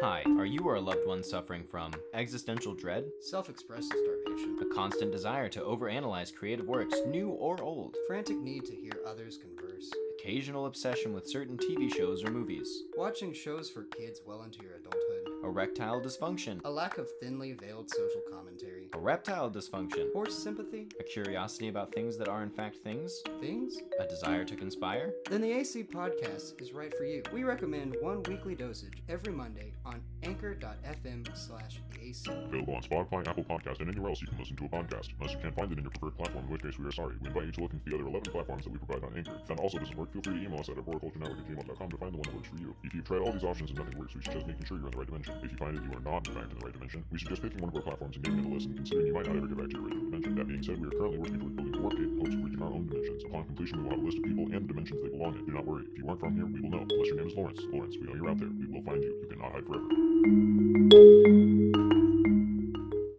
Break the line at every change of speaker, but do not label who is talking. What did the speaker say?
Hi, are you or a loved one suffering from existential dread,
self expressed starvation,
a constant desire to overanalyze creative works, new or old,
frantic need to hear others converse,
occasional obsession with certain TV shows or movies,
watching shows for kids well into your adulthood,
erectile dysfunction,
a lack of thinly veiled social commentary,
a reptile dysfunction,
or sympathy?
a curiosity about things that are in fact things,
Things?
a desire to conspire?
Then the AC Podcast is right for you. We recommend one weekly dosage every Monday on anchor.fm slash the AC.
Available on Spotify, Apple Podcast, and anywhere else you can listen to a podcast. Unless you can't find it in your preferred platform, in which case we are sorry. We invite you to look into the other 11 platforms that we provide on Anchor. If that also doesn't work, feel free to email us at arboriculturenetwork@gmail.com to find the one that works for you. If you've tried all these options and nothing works, we suggest making sure you're in the right dimension. If you find that you are not, in fact, in the right dimension, we suggest picking one of our platforms and giving it a listen, considering you might not ever get back to your original dimension. That being said, we are currently working toward building a workgate in hopes of reaching our own dimensions. Upon completion, we will have a list of people and dimensions they belong in. Do not worry. If you aren't from here, we will know. Unless your name is Lawrence. Lawrence, we know you're out there. We will find you. You cannot hide forever.